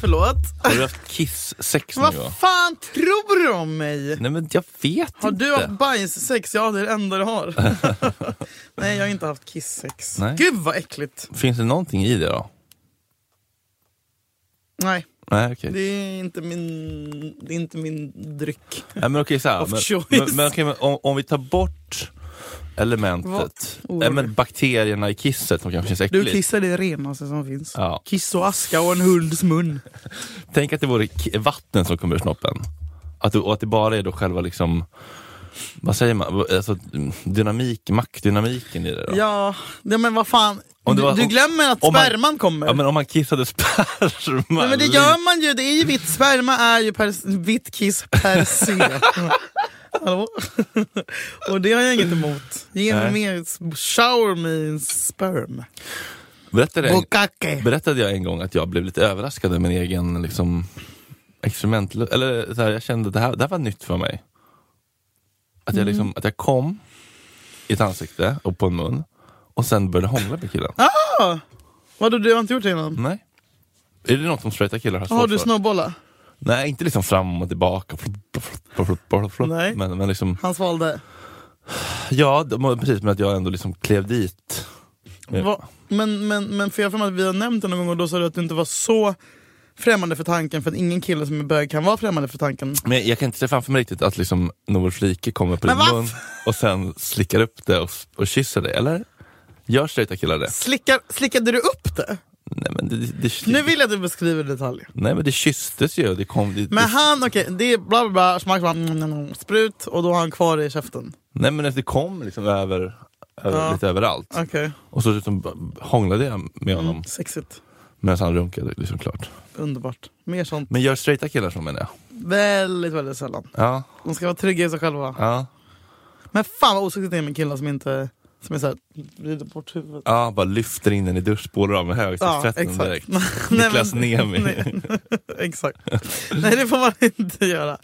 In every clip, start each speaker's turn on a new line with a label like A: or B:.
A: Förlåt?
B: Har du haft Kiss-sex någon
A: Alltså, Vad
B: gång?
A: fan tror du om mig?
B: Nej men jag vet
A: Har
B: inte.
A: du haft bajssex? Ja, det är det enda du har. Nej, jag har inte haft kisssex.
B: Nej.
A: Gud vad äckligt.
B: Finns det någonting i det då?
A: Nej,
B: Nej okej.
A: det är inte min, det är inte min dryck.
B: Nej, men okej så här.
A: Of
B: Men,
A: choice.
B: men, men, okej, men om, om vi tar bort elementet,
A: Vad?
B: Nej, men bakterierna i kisset som kanske känns äckligt.
A: Du kissar det renaste som finns.
B: Ja.
A: Kiss och aska och en hunds mun.
B: Tänk att det vore k- vatten som kommer ur snoppen. Att, du- och att det bara är då själva liksom, vad säger man, alltså, dynamik, maktdynamiken i det då.
A: Ja, ja men vad fan.
B: Om det var-
A: du, du glömmer att
B: om man-
A: sperman kommer.
B: Ja, men om man kissade sperma.
A: Nej, men det gör man ju, det är ju vitt. Sperma är ju per, vitt kiss per se. Hallå? Och det har jag inget emot. Ge
B: Nej.
A: mig mer, shower me in sperm.
B: berättade, jag,
A: Bukake.
B: berättade jag en gång att jag blev lite överraskad av min egen liksom, experiment, eller så här, jag kände att det här, det här var nytt för mig. Att
A: Mm.
B: jag, liksom, att jag kom i ett ansikte och på en mun och sen började hångla med killen.
A: Ah. Vadå, du har inte gjort det innan?
B: Nej. Är det något som straighta killar har
A: Har
B: Mm. svårt
A: du
B: för?
A: snowbollat?
B: Nej, inte liksom fram och tillbaka. Flup, flup, flup, flup, flup, flup.
A: Nej.
B: Men, men liksom,
A: Han svalde.
B: ja, det- men precis, men att jag ändå liksom klev dit. Ja.
A: Va? Men, men, men för jag har för mig att vi har nämnt det någon gång och då sa du att du inte var så främmande för tanken för att ingen kille som är bög kan vara främmande för tanken.
B: Men jag kan inte se framför mig riktigt att liksom Noel Flike kommer på
A: Men
B: din
A: vad
B: mun och sen slickar upp det och, och kysser det, eller? Gör straighta killar det?
A: Slickar, slickade du upp det?
B: Nej men det, det, det,
A: Nu vill jag att du beskriver i detalj.
B: nej, men det kysstes ju. Det kom, det,
A: Men
B: det,
A: han, okej, det är bla bla bla, smak, bla, mm, mm, mm, sprut och då har han kvar det i käften.
B: nej, men det kom liksom över, över
A: Ja.
B: lite överallt.
A: Okej,
B: Och så liksom b- hånglade jag
A: Mm.
B: med honom
A: sexigt.
B: medan han runkade, liksom klart.
A: Underbart. Mer sånt.
B: Men gör straighta killar så menar jag.
A: Väldigt, väldigt sällan.
B: Ja,
A: De ska vara trygga i sig själva.
B: ja.
A: Men fan vad osexigt det är med killar som inte som är såhär, vrider bort huvudet.
B: Ja, bara lyfter in den i dusch, spolar av med högtryckstvätten direkt.
A: Nej,
B: Niklas
A: men-
B: Niemi.
A: Nej, exakt. Nej det får man inte göra.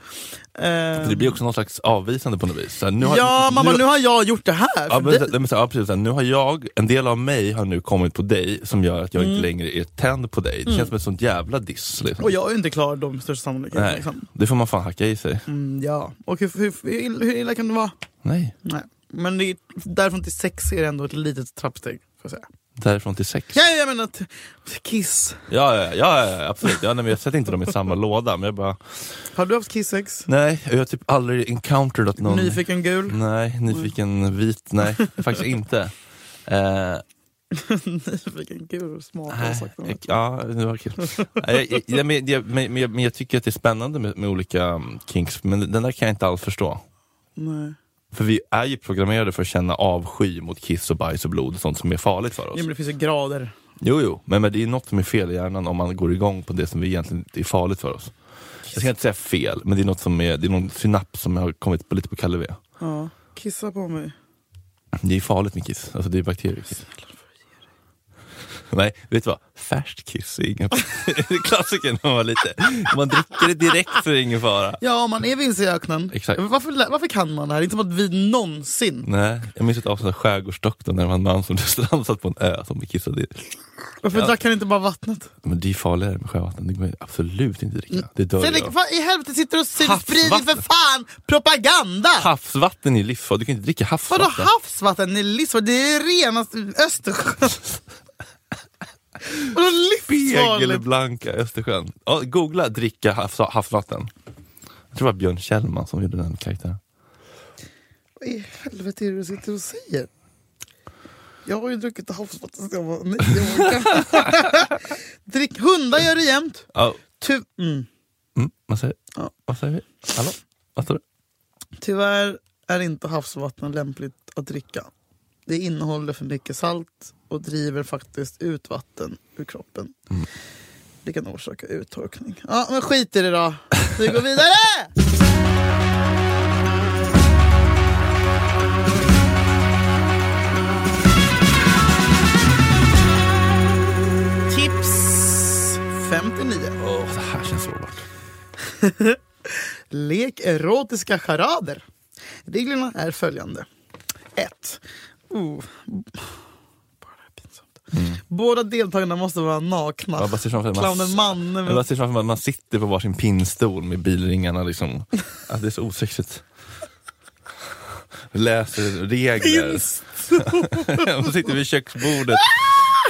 A: Ehm,
B: Det blir också någon slags avvisande på något vis. Så här, nu har,
A: ja mamma nu har jag gjort det här
B: Ja,
A: för
B: men,
A: dig.
B: så- nej, men, så- ja, precis, så här, nu har jag, en del av mig har nu kommit på dig som gör att jag inte längre är tänd på dig. Det känns som ett sånt jävla diss. Liksom.
A: Mm. Och jag är ju inte klar de största sannolikheterna.
B: nej,
A: Liksom.
B: det får man fan hacka i sig.
A: Mm, ja, och hur, hur, hur, illa, hur illa kan det vara?
B: Nej,
A: Nej. Men det är, därifrån till sex är det ändå ett litet trappsteg. Får jag, säga.
B: därifrån till sex.
A: Ja, jag menar att kiss.
B: Ja, ja, ja, ja absolut. Ja, nej, men jag sätter inte dem i samma låda. Men jag bara,
A: Har du haft kissex?
B: nej, jag har typ aldrig encountered att någon...
A: Nyfiken gul?
B: Nej, nyfiken vit. Nej, faktiskt inte. Eh,
A: Nyfiken gul smart har jag
B: Nej,
A: sagt.
B: jag- Ja, det var kul. Nej, jag- jag- men jag- men- men jag- men Jag tycker att det är spännande med, med olika mm, kinks, men den där kan jag inte alls förstå. Alltså.
A: Nej.
B: För vi är ju programmerade för att känna avsky mot kiss och bajs och blod och sånt som är farligt för
A: Ja,
B: oss.
A: men det finns ju grader.
B: Jo, jo, men, men det är något som är fel i hjärnan om man går igång på det som vi egentligen är farligt för oss. Jag ska inte säga fel, men det är något som är, det är någon synaps som har kommit på, lite på kalle V.
A: Ja. Kissa på mig.
B: Det är farligt med kiss, alltså det är bakterier i kiss. Nej, vet du vad? Färskt kiss är ingen Klassiken när man var liten. Man dricker det direkt så är det ingen fara.
A: Ja, om man är vilse i öknen.
B: Exakt.
A: Varför, lä- varför kan man det här? Det är inte som att vi någonsin...
B: Nej, jag minns ett avsnitt av Skärgårdsdoktorn när det var en man som strandsatt på en ö som kissade i.
A: Varför drack han inte bara vattnet?
B: Men det är farligare med sjövatten, det går absolut inte att dricka. Det dör
A: Mm. Fredrik,
B: jag.
A: vad i helvete sitter du och sprider
B: Havsvatten.
A: för fan propaganda!
B: Havsvatten är livsfarligt, du kan inte dricka
A: Vadå
B: havsvatten.
A: havsvatten? Det är livsfarligt. Det är renaste Östersjön. Vadå livsfarligt?
B: Spegelblanka Östersjön. Ja, googla dricka havs, havsvatten. Jag tror det var Björn Kjellman som gjorde den karaktären.
A: Vad i helvete är det du sitter och säger? Jag har ju druckit havsvatten sedan jag var nio år gammal. Drick, hundar gör det jämt.
B: Ja,
A: Ty, mm,
B: Mm, vad, säger,
A: Ja.
B: vad säger vi? Hallå? Vad står det?
A: tyvärr är inte havsvatten lämpligt att dricka. Det innehåller för mycket salt och driver faktiskt ut vatten ur kroppen. Det kan orsaka uttorkning. Ja, men skit i det då. Vi går vidare! Lek erotiska charader. Reglerna är följande. 1. Oh. Bara det här är pinsamt. Båda deltagarna måste vara nakna.
B: Jag Mm. bara ser framför mig-
A: Clownen mannen
B: Jag bara ser framför mig att man sitter på varsin pinnstol med bilringarna liksom. Att det är så osexigt. Läser regler. Man sitter vid köksbordet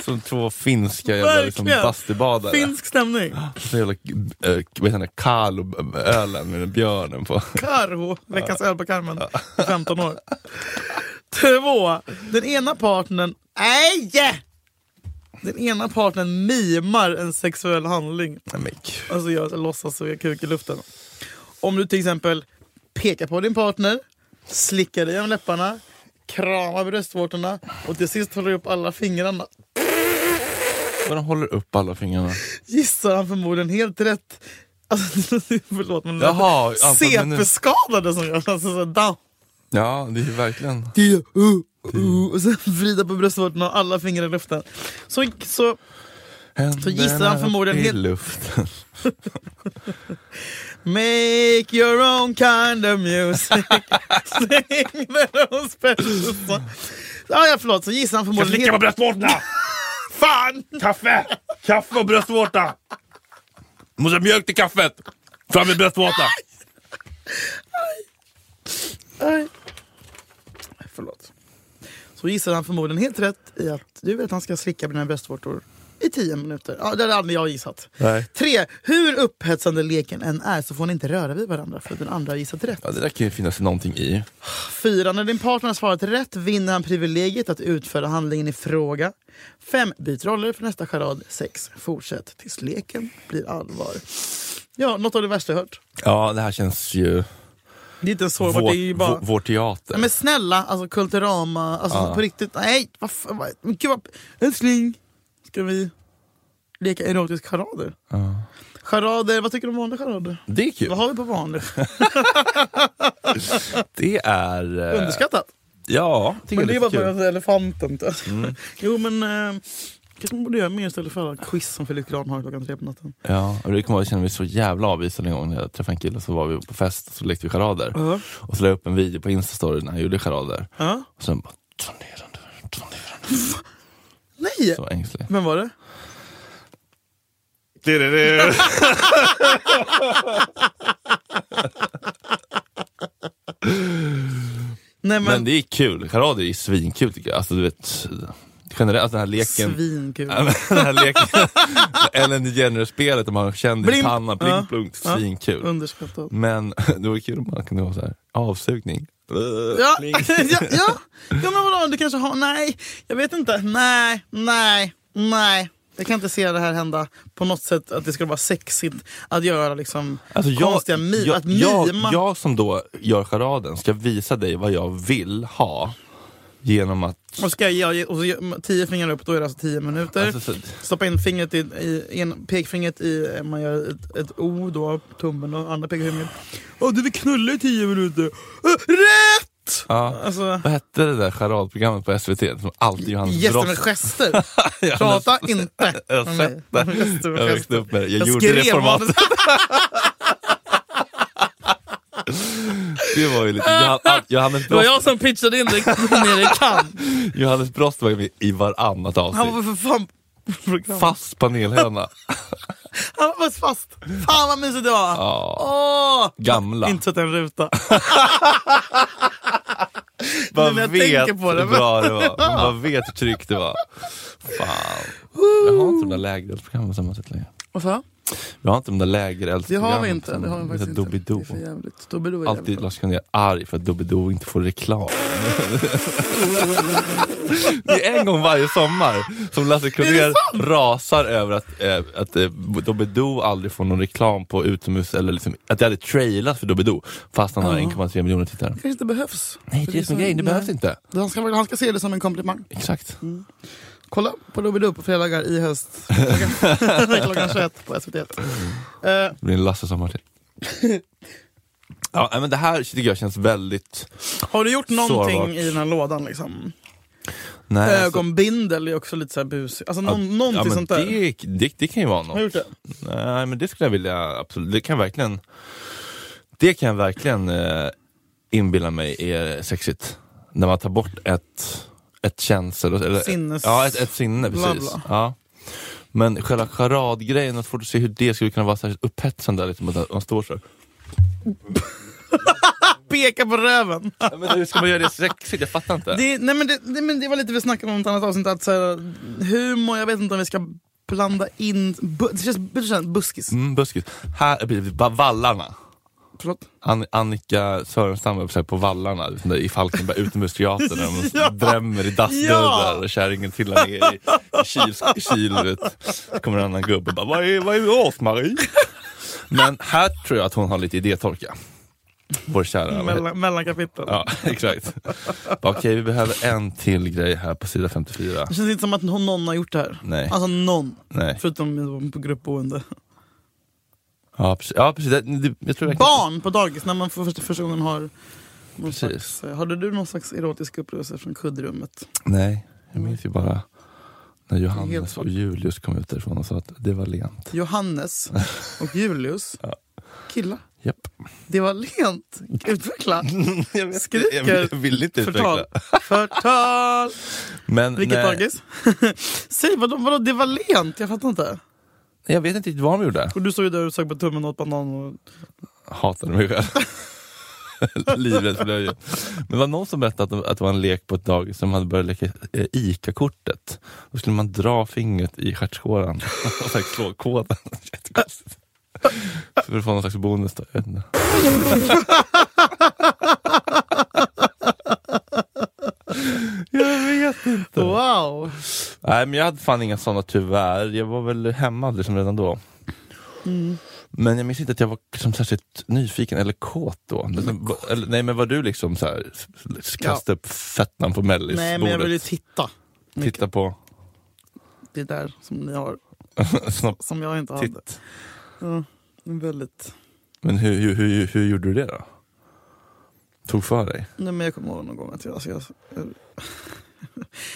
B: som två finska jävla liksom,
A: Verkligen.
B: bastubadare.
A: Finsk stämning.
B: Så jävla, äh, vad heter det, Kalo-ölen med den björnen på.
A: Karho, veckans öl på karmen, 15 år. Två, den ena partnern, nej! Den ena partnern mimar en sexuell handling.
B: Nej, men gud.
A: Alltså jag låtsas så jag kuk i luften. Om du till exempel pekar på din partner, slickar dig om läpparna, kramar bröstvårtorna och till sist håller du upp alla fingrarna.
B: Men de håller upp alla fingrarna.
A: Gissar han förmodligen helt rätt. Alltså, förlåt men
B: Jaha, alltså, men nu-
A: CP-skadade som gör alltså, så, down.
B: Ja, det är ju verkligen.
A: tio, uh, uh, och sen vrida på bröstvårtorna och alla fingrar i luften. Så, så
B: Händerna
A: gissar han förmodligen
B: upp i
A: helt-
B: luften.
A: make your own kind of music. Sing their own special song. Ah, ja, förlåt. Så gissar han förmodligen helt...
B: bröstvårtorna!
A: Fan!
B: Kaffe! Kaffe och bröstvårta! Måste ha mjölk till kaffet! Fram med bröstvårta!
A: Nej. Förlåt. Så gissar han förmodligen helt rätt i att du vet att han ska slicka mina bröstvårtor i tio minuter. Ja, det hade aldrig jag gissat.
B: Nej.
A: Tre, hur upphetsande leken än är så får ni inte röra vid varandra för att den andra har gissat rätt.
B: Ja, det där kan ju finnas någonting i.
A: Fyra, När din partner har svarat rätt vinner han privilegiet att utföra handlingen i fråga. Fem, Byt roller för nästa charad. Sex, Fortsätt tills leken blir allvar. Ja, något av det värsta jag hört.
B: Ja, det här känns ju...
A: Det är inte ens sårbart,
B: Vår,
A: det är ju bara...
B: vår, vår teater.
A: Nej, men snälla, alltså Kulturama, alltså på riktigt. Nej, vad fan. vad- Men gud vad... Älskling, ska vi leka erotisk charader?
B: Ja.
A: Charader, vad tycker du om vanliga charader?
B: Det är kul.
A: Vad har vi på vanlig?
B: Det är... eh,
A: Underskattat.
B: Ja, jag tycker
A: Men det är bara
B: lite
A: för
B: kul. Mm.
A: att elefanten. typ. jo men eh, kanske man borde göra mer istället för alla quiz som Filip Gran har klockan tre på natten.
B: Ja, och det kommer jag känna mig så jävla avvisad en gång när jag träffade en kille så var vi på fest och så lekte vi charader.
A: Ja.
B: Och så la jag upp en video på instastory när han gjorde charader.
A: Ja.
B: Och sen bara... Ta ner den där, ta ner den
A: Nej!
B: där. Så ängslig.
A: Vem var det? Nej men,
B: Men det är kul. Charader är svinkul tycker jag. Alltså du vet, generellt alltså, den här leken.
A: svinkul.
B: Ja, men den här leken. Ellen DeGeneres-spelet där man har en kändis
A: Bling.
B: panna, bling
A: Ja.
B: blunk,
A: Ja.
B: svinkul. Mm.
A: Underskattat.
B: Men det var kul om man kunde ha så här avsugning.
A: Ja,
B: Bling.
A: ja, ja. ja men vadå, du kanske har, nej, jag vet inte, nej, nej, nej. Jag kan inte se det här hända på något sätt, att det skulle vara sexigt att göra liksom
B: Alltså
A: konstiga mi-
B: jag,
A: att
B: jag,
A: mima.
B: jag som då gör charaden ska visa dig vad jag vill ha genom att...
A: Och ska jag ge, och så, ge- tio fingrar upp, då är det alltså tio minuter.
B: Alltså, så,
A: Stoppa in fingret i, i en, pekfingret i, eh, man gör ett, ett O då, tummen och andra pekfingret. Åh, du vill knulla i tio minuter! Äh, rätt!
B: ja.
A: Alltså,
B: Vad hette det där charadprogrammet på SVT som alltid Johannes
A: gäster med
B: Brost-
A: gester.
B: Johannes-
A: Prata inte
B: Jag
A: med
B: har
A: mig.
B: sett det.
A: Gäster med
B: Jag
A: gester.
B: växte upp med det. Jag, gjorde det formatet. Det var ju lite... Johan- all- Johannes
A: Det var
B: Brost,
A: jag som pitchade in det nere i Cannes.
B: Johannes Brost var ju med i varannat
A: Han
B: avsnitt.
A: var för fan... program-
B: Fast panelhöna.
A: Han var fast fast. Fan vad mysigt det var. Åh!
B: Gamla.
A: Inte sett en ruta.
B: Man
A: när jag tänker
B: vet
A: på det,
B: hur bra det var. Man vet hur tryggt det var. Fan. Jag har inte de där lägereldsprogrammen på samma sätt längre.
A: Vad sa
B: Jag har inte de där
A: Det
B: lägereldsprogrammen.
A: har vi inte. Det har vi faktiskt inte. Det
B: Doobidoo.
A: är för jävligt. Doobidoo är
B: Alltid
A: jävligt bra.
B: Lars Kronér arg för att Doobidoo inte får reklam. det är en gång varje sommar som Lasse Kronér rasar över att, eh, att eh, Doobidoo aldrig får någon reklam på utomhus, eller liksom, att det hade trailat för Doobidoo fast han har 1,3 miljoner tittare.
A: kanske inte behövs.
B: Nej, det är som grejen, det
A: Nej.
B: behövs inte. Mm.
A: Han ska, han ska se det som en komplimang.
B: Exakt.
A: Kolla på Doobidoo på fredagar i höst. Klockan, klockan 21 på SVT. Eh,
B: Det blir en Lasse sommar till. ja, nej, men det här tycker jag känns väldigt...
A: har du gjort någonting
B: Sårbart.
A: i den här lådan? Liksom?
B: Nej, alltså-
A: Ögonbindel är också lite så här busig. Alltså, någon, någonting
B: ja, men
A: sånt där.
B: Det, det, det kan ju vara något.
A: Har du gjort det?
B: Nej men det skulle jag vilja, absolut. Det kan verkligen Det kan jag verkligen eh, inbilla mig är sexigt. När man tar bort ett, ett känsel... Eller,
A: Sinnes-
B: Ja, ett, ett sinne.
A: Bla,
B: Precis.
A: bla.
B: Ja. Men själva charadgrejen, jag har svårt att se hur det skulle kunna vara särskilt upphetsande. Liksom, att man står så. här.
A: Peka på röven!
B: Ja, men hur ska man göra det sexigt? Jag fattar inte.
A: Det, nej, men det, det, men det var lite vi snackade om i ett annat avsnitt. Att så här, humor, jag vet inte om vi ska blanda in... Bu, det, känns, det känns buskis.
B: Mm, buskis. Här är precis, ba- Vallarna.
A: Förlåt?
B: An- Annika Sörenstam var så här på Vallarna liksom där i Falkenberg, utomhusteatern. Där de
A: Ja.
B: drämmer i dassdörrar
A: Ja.
B: och kärringen trillar ner i, i kyl- kylet. Så kommer en annan gubbe och bara, vad är, vad är Rose-Marie? Men här tror jag att hon har lite idétorka. Vår kära. vad heter-
A: Mellan, mellankapitel.
B: Ja, exakt. Bara, Okej, vi behöver en till grej här på sida 54.
A: Det känns inte som att någon någon har gjort det här.
B: Nej.
A: Alltså någon.
B: Nej.
A: Förutom på gruppboende.
B: Ja, precis. Ja, precis. Det, det, jag tror verkligen-
A: Barn på dagis, när man för första första gången har någon
B: Precis.
A: slags, eh, Hade du någon slags erotisk upplevelse från kuddrummet?
B: Nej, jag minns ju bara när
A: Helt
B: Johannes
A: svart.
B: och Julius kom ut därifrån och sa att det var lent.
A: Johannes och Julius,
B: Ja.
A: killar.
B: Japp.
A: Det var lent. Utveckla.
B: Jag vet
A: Skriker.
B: inte, Jag vill, vill inte
A: Förtal.
B: utveckla.
A: Förtal.
B: Men, eh,
A: Vilket
B: nej,
A: dagis? Säg vadå, vadå, det var lent? Jag fattar inte.
B: Jag vet inte riktigt vad de gjorde.
A: Och du stod ju där och sög på tummen och åt banan. Och...
B: Hatade mig själv. Livrädd för löjet. Men det var någon som berättade att de- att det var en lek på ett dagis som hade börjat leka eh, ICA-kortet. Då skulle man dra fingret i stjärtskåran och sen slå koden. Jättekonstigt. För att få någon slags bonus då. Jag vet inte. Jag vet inte.
A: Wow!
B: Nej, men jag hade fan inga sådana tyvärr. Jag var väl hemma liksom redan då.
A: Mm.
B: Men jag minns inte att jag var liksom särskilt nyfiken eller kåt då.
A: Mm.
B: Liksom, va- eller, nej, men var du liksom så här, s- s- kastade upp fettan på
A: Nej men jag vill ju
B: mellisbordet?
A: titta.
B: Titta på...
A: Det är där som ni har,
B: Snopp,
A: som jag inte hade.
B: titt.
A: Ja, väldigt...
B: Men hur, hur, hur, hur gjorde du det då? Tog för dig?
A: Nej, men jag kommer ihåg någon gång att jag... Alltså jag jag-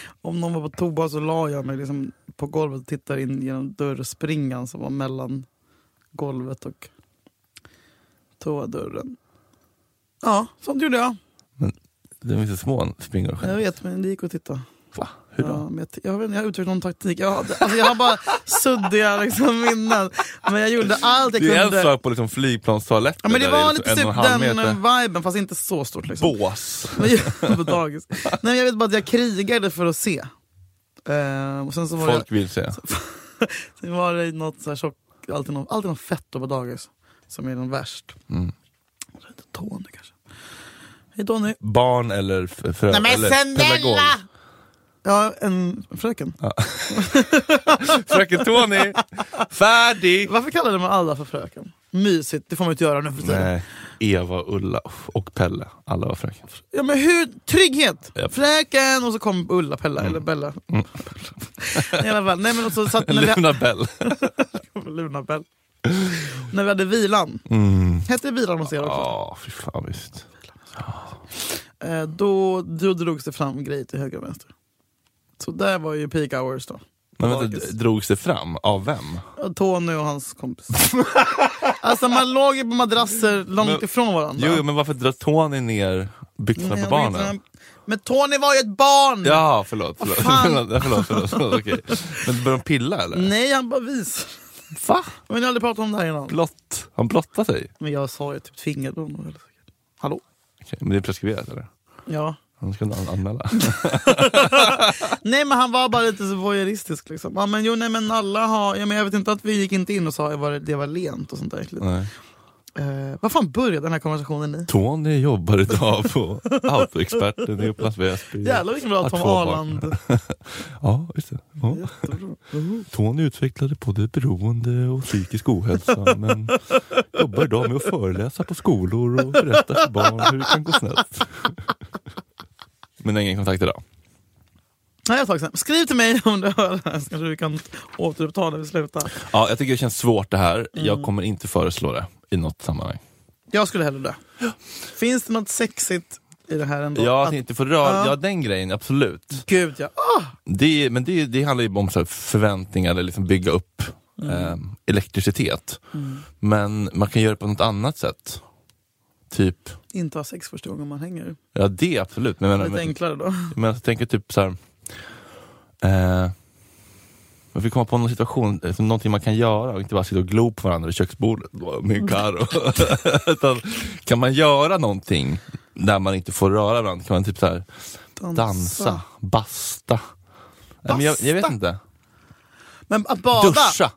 A: om någon var på toa så la jag mig liksom på golvet och tittade in genom dörrspringan som var mellan golvet och toadörren. Ja, sånt gjorde jag.
B: Det var så små springor
A: Jag
B: själv.
A: vet, men det gick att titta.
B: Va? Hur då?
A: Ja, men jag, jag, vet, inte, jag har utvecklat någon taktik. Jag, har- alltså, jag har bara suddiga liksom, minnen. Men jag gjorde allt jag
B: Det är en
A: kunde.
B: sak på liksom flygplanstoaletter
A: Ja, men det
B: där i
A: var
B: liksom
A: lite
B: en och
A: typ
B: en halv
A: den
B: meter.
A: eh, viben, fast inte så stort. Liksom.
B: Bås.
A: Men jag, på dagis. Nej, men jag vet bara att jag krigade för att se. Eh, och sen så var, det,
B: Folk vill se.
A: sen var det något så här tjock, alltid någon, alltid någon fett på dagis som är den värst.
B: Mm.
A: Så heter Tony kanske. Hej Tony.
B: Barn eller f- förö-
A: Nej, men
B: eller pedagog.
A: Ja, en fröken.
B: Fröken Tony, färdig!
A: Varför kallade man alla för fröken? Mysigt, det får man inte göra nu för tiden.
B: Nej, Eva, Ulla och Pelle. Alla var fröken.
A: Ja, men hur, trygghet!
B: Japp.
A: Fröken! Och så kom Ulla, Pella,
B: Mm.
A: eller Bella. I alla fall. Nej, men och så satt, när vi,
B: Luna Bell.
A: Luna Bell. när vi hade vilan.
B: Mm.
A: Hette det bilan hos er också?
B: Ja, fy fan visst.
A: Eh, då, då drogs det fram grejer till höger och vänster. Så där var ju peak hours då.
B: Men vänta,
A: Dagis.
B: d- drogs det fram? Av vem?
A: Ja, Tony och hans kompis. alltså man låg ju på madrasser långt
B: Men-
A: ifrån varandra.
B: Jo, men varför drar Tony ner byxorna
A: Nej,
B: på
A: jag vet
B: barnen?
A: inte. Men Tony var ju ett barn!
B: Ja, förlåt. Förlåt,
A: fan.
B: förlåt, förlåt, förlåt, förlåt okej. Men började de pilla eller?
A: Nej, han bara vis.
B: Va?
A: Men jag har aldrig pratat om det här innan.
B: Blott. Han blottade sig?
A: Men jag sa ju typ fingret på honom. eller säkert. Hallå?
B: Okej, men det är preskriberat eller?
A: Ja.
B: Han ska an- anmäla.
A: Nej men han var bara lite så voyeuristisk liksom. Ja, men jo nej men alla har, ja, men jag vet inte att vi gick inte in och sa att det var lent och sånt där äckligt.
B: Nej. Mm.
A: Eh, vad fan började den här konversationen i?
B: Tony jobbar idag på Autoexperten i Upplands Väsby.
A: Jävlar vilken bra
B: Att
A: Tom
B: två barn.
A: Arland.
B: Ja, just det. Ja.
A: Jättebra.
B: Tony utvecklade både beroende och psykisk ohälsa men jobbar idag med att föreläsa på skolor och berätta för barn hur det kan gå snett. Men ingen kontakt idag.
A: Nej, jag tar sen. Skriv till mig om du hör det här så kanske vi kan återuppta när vi slutar.
B: Ja, jag tycker det känns svårt det här.
A: Mm.
B: Jag kommer inte föreslå det i något sammanhang.
A: Jag skulle hellre dö. Finns det något sexigt i det här ändå?
B: Jag
A: Mm. Att-
B: tänkte få röra,
A: Ja.
B: ja den grejen, absolut.
A: Gud ja. Ah,
B: Det, men det, det handlar ju om så här förväntningar, eller liksom bygga upp
A: Mm.
B: ehm, eh, elektricitet. Men man kan göra det på något annat sätt. typ,
A: Inte ha sex första gången man hänger.
B: ja det absolut. Men, jag menar,
A: Lite
B: men,
A: enklare då.
B: men jag tänker typ så här. Eh, man fick komma på någon situation, liksom, någonting man kan göra och inte bara sitta och glo på varandra vid köksbordet bara, med en karo. Utan, kan man göra någonting där man inte får röra varandra? Kan man typ så här,
A: Dansa.
B: dansa, basta? Nej, men jag, jag vet
A: Basta?
B: inte.
A: Men att bada!
B: Duscha!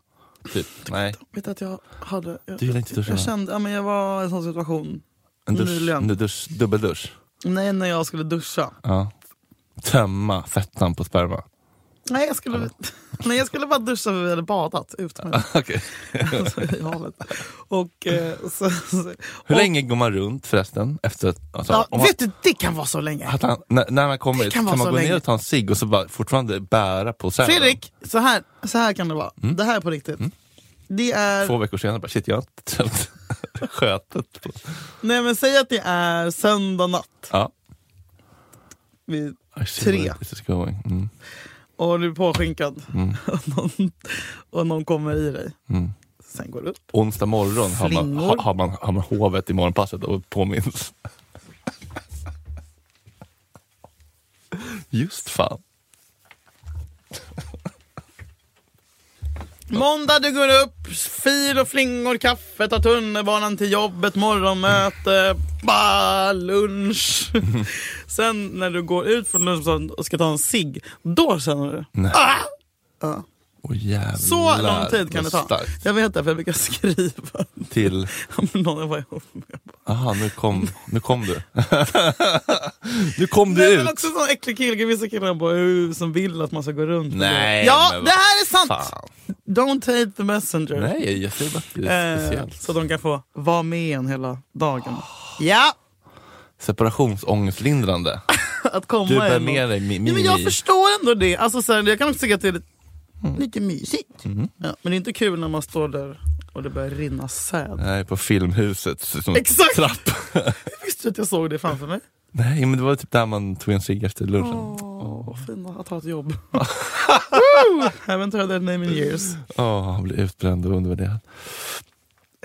B: Typ. Nej,
A: Vet du att jag hade... Jag,
B: Du gillar inte duscha,
A: Jag
B: va?
A: kände, ja, men jag var i en sån situation.
B: en dusch,
A: Nyligen.
B: en dusch, dubbeldusch.
A: Nej, när jag skulle duscha.
B: Ja. Tömma fettan på sperma.
A: Nej, jag skulle, nej, jag skulle bara duscha för vi hade badat utomhus.
B: Okej.
A: alltså, i havet. Och, eh, så, så,
B: Hur
A: och,
B: länge går man runt förresten? Efter att, alltså,
A: Ja,
B: om man,
A: vet du, det kan vara så länge.
B: att han, när, när man kommer
A: Det
B: hit,
A: kan
B: kan,
A: vara
B: man
A: så
B: gå
A: länge.
B: ner och ta en cigg och så bara fortfarande bära på sälen?
A: Fredrik, så här, så här kan det vara.
B: Mm.
A: Det här är på riktigt. Det är,
B: Två veckor senare bara, shit jag har inte tömt skötet. På.
A: nej men säg att det är söndag natt.
B: Ja.
A: Vid,
B: I see where
A: Tre.
B: This is going. Mm.
A: och du är påskinkad.
B: Mm.
A: Och, någon, och någon kommer i dig.
B: Mm.
A: Sen går du upp.
B: Onsdag morgon har man,
A: Flingor.
B: ha, har, man, har man hovet i morgonpasset och påminns. Just fan.
A: Måndag du går upp, fil och flingor, kaffe, tar tunnelbanan till jobbet, morgonmöte, bah, lunch. Sen när du går ut från lunchen och ska ta en cigg, då känner du.
B: Nej.
A: Ah! Ja.
B: Åh, jävlar,
A: Så lång tid kan det
B: vad
A: ta.
B: starkt.
A: Jag vet det för jag brukar skriva
B: Till,
A: om någon jag var ihop med.
B: aha nu kom, nu kom du. nu kom du
A: Nej, men
B: ut.
A: också en sån äcklig kille, vissa killar bara, "Uh, som vill att man ska gå runt.
B: Nej,
A: ja,
B: men
A: det här är sant!
B: Fan.
A: Don't hate the messenger.
B: Nej, jag ser bara att det är
A: Eh,
B: speciellt. Ah.
A: så de kan få vara med en hela dagen. Ja!
B: Separationsångestlindrande.
A: Att komma
B: Du bär
A: är något-
B: med dig mi-
A: Ja, men jag
B: Mimi.
A: förstår ändå det. Alltså, så här, jag kan också tycka att det är lite,
B: Mm.
A: lite mysigt. Ja, men det är inte kul när man står där och det börjar rinna säd.
B: Nej, på Filmhuset. Som
A: Exakt!
B: Trapp.
A: Visste du att jag såg det framför mig?
B: Nej, men det var typ där man tog en cigg efter lunchen.
A: Åh, vad fina att ha ett jobb. Haven't heard that name in years.
B: Åh, han blev utbränd och undervärderad.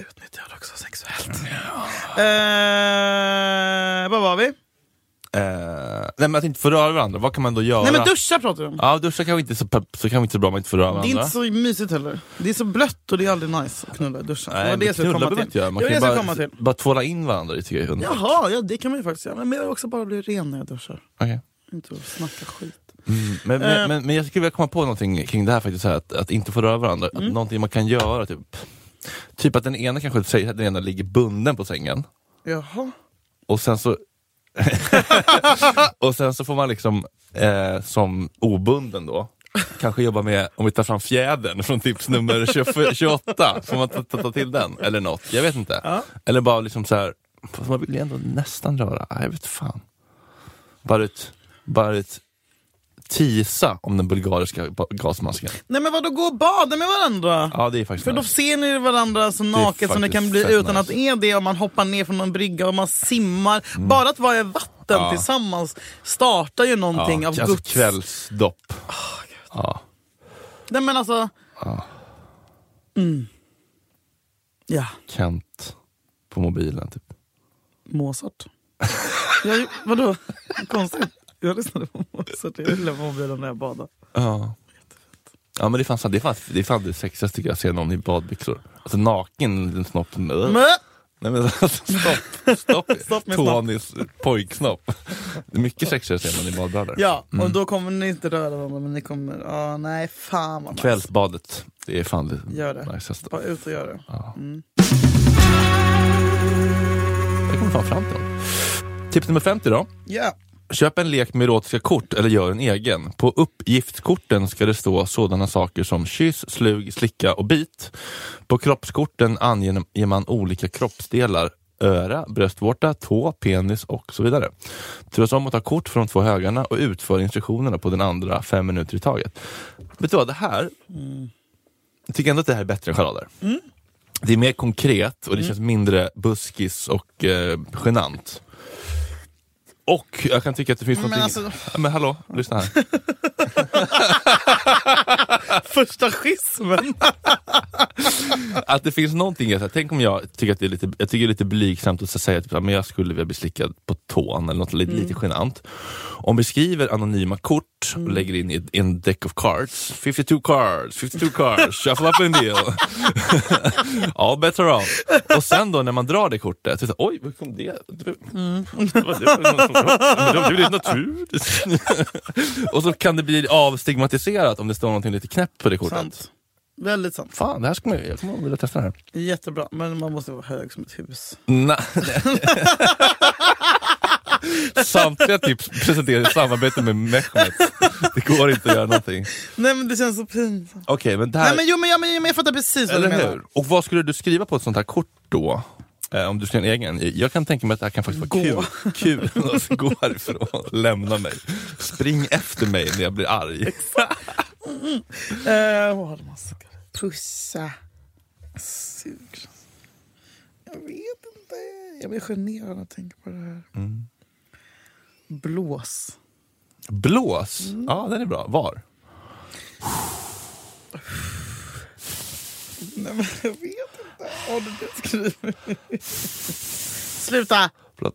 A: Utnyttjad också sexuellt. Eh, vad var vi?
B: Eh, nej men att inte få röra varandra, vad kan man då göra?
A: Nej men duscha pratar vi om.
B: Ja, duscha kanske inte är så, pepp- så kanske inte så bra om man inte får röra
A: Det är
B: varandra.
A: inte så mysigt heller. Det är så blött och det är aldrig nice att knulla i duschen.
B: Nej,
A: det var
B: men
A: det jag skulle
B: knulla
A: komma
B: behöver man
A: till.
B: inte göra. Man
A: det var det jag
B: kan
A: skulle
B: ju
A: komma
B: bara,
A: till.
B: bara tvåla in varandra, det tycker jag är underbart.
A: Jaha, ja, det kan man ju faktiskt göra. Men jag vill också bara bli ren när jag duschar.
B: Okej.
A: Inte att snacka skit.
B: Mm, men,
A: Eh.
B: men, men, men jag skulle vilja komma på någonting kring det här faktiskt, så här, att, att inte få röra varandra. Att någonting man kan göra, typ. Typ att den ena kanske säger att den ena ligger bunden på sängen.
A: Jaha.
B: Och sen så Och sen så får man liksom eh, som obunden då Kanske jobba med, om vi tar fram fjädern från tips nummer 20 28, får man ta, ta, ta till den? Eller något, jag vet inte. Eller bara liksom så här, fast man vill ju ändå nästan röra, Nej, jag vet fan. Bara ett, bara ett tisa om den bulgariska ba- gasmasken.
A: Nej men vadå, gå och bada med varandra?
B: Ja det är faktiskt
A: För då
B: nice.
A: ser ni varandra så naket som det
B: faktiskt
A: kan bli
B: fett
A: utan
B: nice. Mm.
A: att det är det. Om man hoppar ner från någon brygga och man simmar. Bara att vara i vatten
B: Ja.
A: tillsammans startar ju någonting
B: ja,
A: av
B: alltså
A: Guds...
B: kvällsdopp. ja.
A: Nej men alltså... Mm. Ja,
B: Kent på mobilen typ.
A: Mozart. jag, vadå? Konstigt. Jag lyssnade på Mozart. Jag gillar mobilen när jag badar.
B: Ja. Ja men det är fan, det är fan, det är fan det sexigaste tycker jag, att se någon i badbyxor. Alltså naken den snoppen.
A: Men,
B: Äh. Nej men alltså, stopp, stopp.
A: Stopp med snopp.
B: Tonys pojksnopp. Det är mycket sexigare att se någon i badbrallor.
A: ja,
B: Mm.
A: och då kommer ni inte röra varandra men ni kommer... Ja, nej fan vad nice.
B: Kvällsbadet, det är fan det
A: Gör det.
B: najsaste.
A: Bara ut och gör det.
B: Ja.
A: Mm.
B: Jag kommer fan fram till dem. Tips nummer 50 då.
A: Ja.
B: Köp en lek med erotiska kort eller gör en egen. På uppgiftskorten ska det stå sådana saker som kyss, slug, slicka och bit. På kroppskorten anger man olika kroppsdelar. Öra, bröstvårta, tå, penis och så vidare. Turas om att ta kort från de två högarna och utför instruktionerna på den andra fem minuter i taget. Vet du vad, det här... Jag tycker ändå att det här är bättre än charader. Det är mer konkret och det känns mindre buskis och eh, genant. Och jag kan tycka att det finns
A: Men
B: någonting...
A: alltså-
B: Men hallå, lyssna här.
A: Första schismen.
B: Att det finns någonting, jag, så här, tänk om jag tycker att det är lite, jag tycker det är lite blygsamt att så säga typ, så här, men jag skulle vilja bli slickad på tån eller något lite, lite genant. Om vi skriver anonyma kort och lägger in i ett- i en deck of cards, 52 cards, 52 cards, alltså, shuffle up and deal. All better off. Och sen då när man drar det kortet, så, är det så, här, oj, var kom det? Vad var det för- Men Det blev naturligt. Och så kan det bli avstigmatiserat om det står någonting lite knäppt på det kortet.
A: sant. Väldigt sant.
B: Fan, det här ska man, jag kommer vilja testa det här.
A: Jättebra. Men man måste vara hög som ett hus.
B: Nej. Samtliga tips presenteras i samarbete med Mehmet. Det går inte att göra någonting.
A: Nej men det känns så pinsamt.
B: Okej, men det här...
A: Nej men jo men, jag, men, jag- men jag fattar precis vad du
B: eller
A: menar.
B: hur? Och vad skulle du skriva på ett sånt här kort då? Eh, om du skulle göra en egen? Jag kan tänka mig att det här kan faktiskt vara
A: Gå.
B: kul. Kul att gå härifrån. Lämna mig. Spring efter mig när jag blir arg.
A: Eh, vad hade man skrivit? Pussa. Sug. Jag vet inte. Jag blir generad när jag tänker på det här. Blås.
B: Blås?
A: Mm.
B: Ja, den är bra. Var?
A: Nej men jag vet inte. Har du det skrivit? Sluta!
B: Förlåt.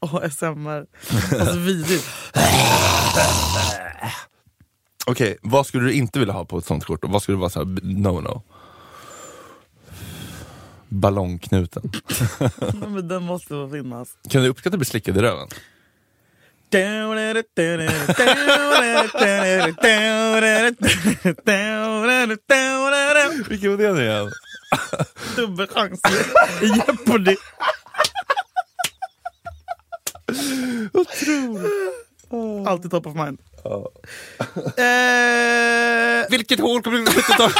A: ASMR. Alltså vidrigt.
B: Okej, vad skulle du inte vilja ha på ett sånt kort? Och vad skulle vara så här, no-no? Ballongknuten.
A: Nej, men den måste väl finnas.
B: Kan du uppskatta att bli slickad i röven? Vilken var det nu igen?
A: Dubbelchans i Jeopardy. Otroligt. Alltid top of mind. Eh,
B: Vilket hål kommer du ta?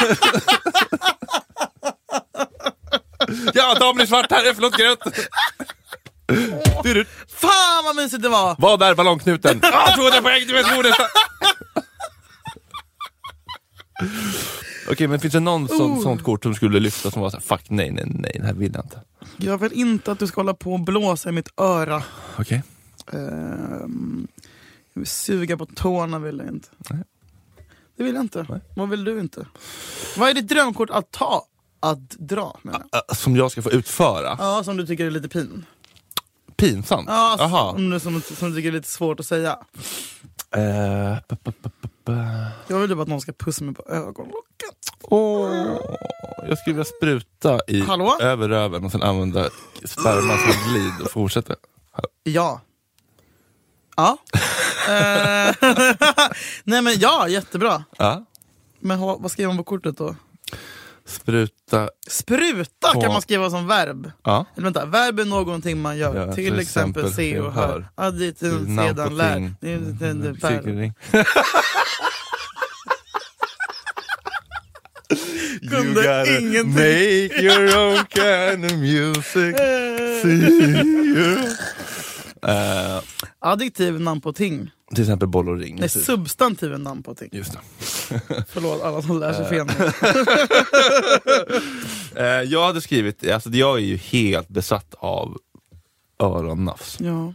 B: ja, damen i svart här är förlåt grönt. Du, du.
A: fan vad mysigt det var!
B: Vad är ballongknuten? Ah, 200 poäng, du vet ordet! Okej, men finns det någon sån,
A: Oh.
B: sånt kort som skulle lyfta som var såhär, fuck nej, nej, nej, det här vill jag inte.
A: Jag vill inte att du ska hålla på och blåsa i mitt öra.
B: Okej.
A: Ehm, jag vill suga på tårna vill jag inte.
B: Nej.
A: Det vill jag inte.
B: Nej.
A: Vad vill du inte? Vad är ditt drömkort att ta? Att dra menar jag.
B: Äh, Som jag ska få utföra?
A: Ja, som du tycker är lite pin.
B: Pinsamt?
A: Ja, Mm.
B: Jaha.
A: som, du, som, som du tycker är lite svårt att säga.
B: Eh, ba, ba, ba, ba, ba.
A: Jag vill typ att någon ska pussa mig på ögonlocken.
B: Åh, jag skulle vilja spruta i
A: Hallå?
B: över röven och sen använda sperman som glid och fortsätta.
A: Ja. Ja. Eh, Nej men ja, jättebra.
B: Ja.
A: Men ha- vad skriver man på kortet då?
B: Spruta...
A: Spruta
B: På-
A: kan man skriva som verb.
B: Ja.
A: Eller vänta, verb är någonting man gör.
B: Ja,
A: till
B: till
A: exempel,
B: exempel
A: se och hör. Additiv
B: Namn på
A: sedan lär.
B: ting.
A: Det är inte en verb.
B: Mm, Cirkelring.
A: Kunde ingenting.
B: make your own kind of music.
A: Eh.
B: See you. Eh,
A: Adjektiv är namn på ting.
B: till exempel boll och ring.
A: Nej, substantiv är namn på ting.
B: Just det.
A: Förlåt alla som lär sig fel nu.
B: Eh, jag hade skrivit, alltså jag är ju helt besatt av öronnafs.
A: Ja.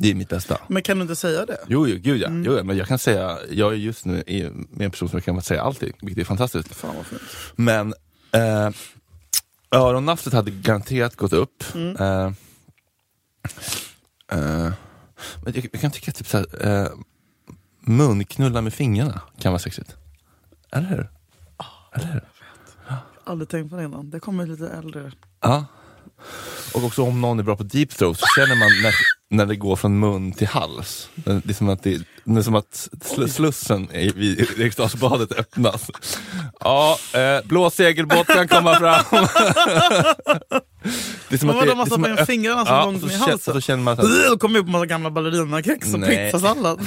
B: Det är mitt bästa.
A: Men kan du inte säga det? Mm.
B: Jo, jo gud ja. Jo, ja. men jag kan säga, jag är just nu i- med en person som jag kan säga allting, vilket är fantastiskt.
A: Fan vad fint.
B: Men eh, öronnafset hade garanterat gått upp.
A: Mm.
B: Eh, eh, men jag, jag kan tycka typ såhär, eh, munknulla med fingrarna kan vara sexigt. Eller hur? Eller hur?
A: Aldrig tänkt på det innan. Det kommer lite äldre.
B: Ja. Och också om någon är bra på deep throat så känner man när, när det går från mun till hals. Det är som att, det, det är som att sl, slussen i, vid Eriksdalsbadet öppnas. Ja, eh, blå segelbåt kan komma fram. Det är som
A: Men
B: att det-
A: vadå, man
B: det är som
A: stoppar
B: att
A: in
B: öpp-
A: fingrarna så
B: Ja,
A: långt
B: så
A: som i
B: kän-
A: halsen.
B: så känner man så här-
A: Ugh, kom ut på massa gamla ballerinakex och
B: Nej.
A: pizzasallad.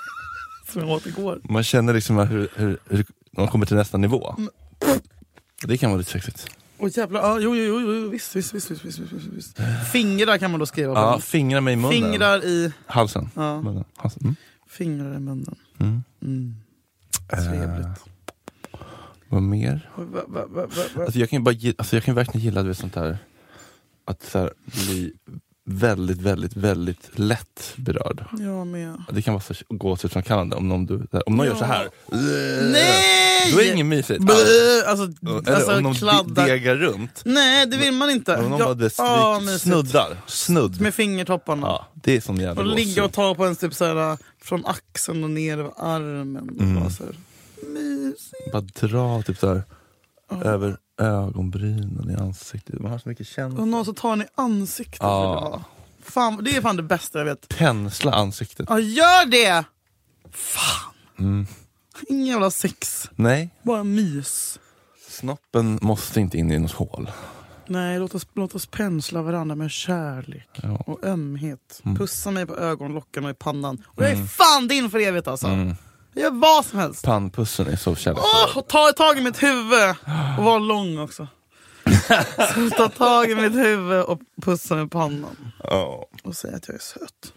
A: som jag åt igår.
B: Man känner liksom hur, hur, hur man kommer till nästa nivå.
A: Mm.
B: Det kan vara lite sexigt.
A: Åh jävlar, ja, jo, jo, jo, jo visst, visst, visst, visst, visst, visst, visst. Fingrar kan man då skriva på.
B: Ja, fingrar mig i munnen.
A: Fingrar i,
B: Halsen.
A: Ja.
B: Munnen. Halsen. Mm.
A: fingrar i munnen.
B: Mm. Eh.
A: Mm. Trevligt.
B: Vad mer?
A: Oj, va, va, va, va, va.
B: Alltså jag kan ju bara, gi- alltså jag kan verkligen gilla du vet, sånt där, att så här, bli väldigt, väldigt, väldigt lätt berörd.
A: Jag med.
B: Det kan vara så gåshudframkallande om någon, du, om någon gör så här.
A: Nej!
B: Då är det inget mysigt alls.
A: Blö, Alltså,
B: Eller om
A: alltså
B: någon
A: kladdar.
B: de- degar runt.
A: Nej, det vill man inte.
B: Om någon
A: Ja,
B: bara du,
A: ah,
B: stryk,
A: mysigt.
B: snuddar. Snudd.
A: Med fingertopparna.
B: ja, det är sån jävla
A: Och ligga och
B: gåshud.
A: ta på en typ såhär, från axeln och ner över armen. och
B: Mm.
A: Bara såhär, mysigt.
B: Bara dra typ så här, över ögonbrynen i ansiktet. Man har så mycket
A: Och
B: känslor.
A: någon som tar en i ansiktet.
B: Ja.
A: vill jag ha. Fan, det är fan det bästa jag vet.
B: Pensla ansiktet.
A: Ja, gör det! Fan!
B: Mm.
A: Ingen jävla sex,
B: Nej,
A: bara mys.
B: snoppen måste inte in i något hål.
A: Nej, låt oss, låt oss pensla varandra med kärlek
B: Ja. Mm.
A: och ömhet. Pussa mig på ögonlocken och i pannan. Och jag är fan din för evigt alltså!
B: Mm.
A: Jag gör vad som helst.
B: Pannpussen är så kärleksfull.
A: Åh, och ta tag i mitt huvud! Och var lång också. Så ta tag i mitt huvud och pussa mig i pannan.
B: Ja.
A: Och säga att jag är söt.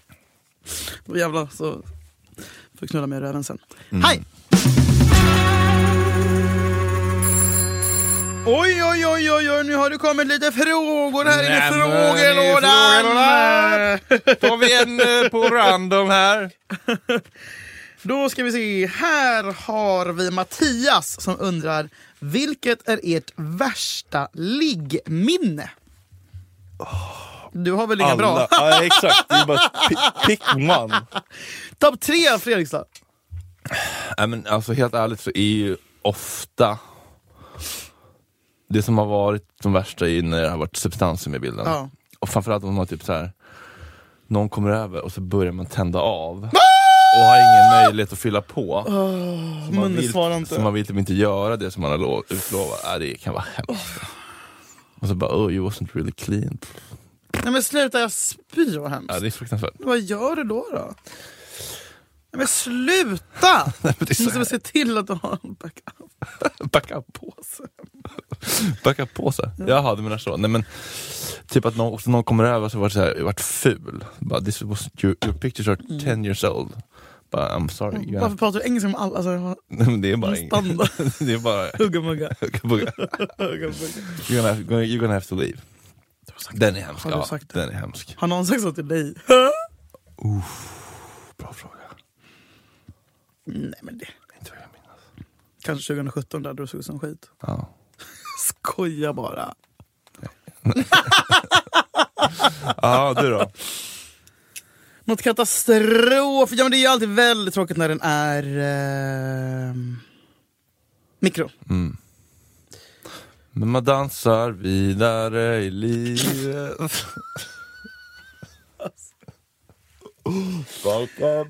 A: Då jävlar så får du knulla mig i röven sen.
B: Mm.
A: Hej! Oj, oj, oj, oj, oj, nu har det kommit lite frågor här inne i
B: Nämen, i
A: frågelådan.
B: Tar vi en eh, på random här?
A: Då ska vi se. Här har vi Mattias som undrar vilket är ert värsta liggminne? Du har väl inga bra?
B: Ja, exakt, det är bara pi- pick one.
A: Topp tre Fredrikstad.
B: Nej, men alltså, helt ärligt så är ju ofta det som har varit de värsta är ju när det har varit substanser med i bilden.
A: Ja.
B: Och framförallt om man typ så här någon kommer över och så börjar man tända av och har ingen möjlighet att fylla på. Så man
A: munnen
B: vill-
A: svarar inte.
B: Så man vill typ inte göra det som man har lov, utlovat. Äh, det kan vara hemskt.
A: Oh.
B: Och så bara, oh you wasn't really clean.
A: Nej men sluta, jag spyr vad hemskt.
B: Ja, det är fruktansvärt.
A: Vad gör du då? då? Nej, men sluta!
B: Nej, men det är
A: Du
B: så
A: måste
B: här,
A: väl se till att du har en backup.
B: backa på sig. backa på sig? Jaha, du menar så. Nej, men, typ att någon, också någon kommer över och så varit, så här, varit ful. Bara, This was, your, your pictures
A: Mm.
B: are 10 years old. Bara, I'm sorry. you
A: Varför
B: have-"
A: pratar du engelska om alla? Alltså, jag har
B: Nej, men det är bara
A: en standard.
B: det är bara...
A: Hugga mugga. Hugga mugga.
B: you're, gonna have, you're gonna have to leave. Den är hemsk.
A: Har du
B: Ja,
A: sagt det?
B: den är hemsk.
A: Har någon sagt så till dig?
B: Bra fråga.
A: Nej men det...
B: Inte vad jag minns.
A: Kanske 2017 där du såg ut som skit.
B: Ja.
A: Skoja bara.
B: Ja, du då?
A: Något katastrof. Ja, men det är ju alltid väldigt tråkigt när den är ehm, mikro.
B: Men man dansar vidare i livet.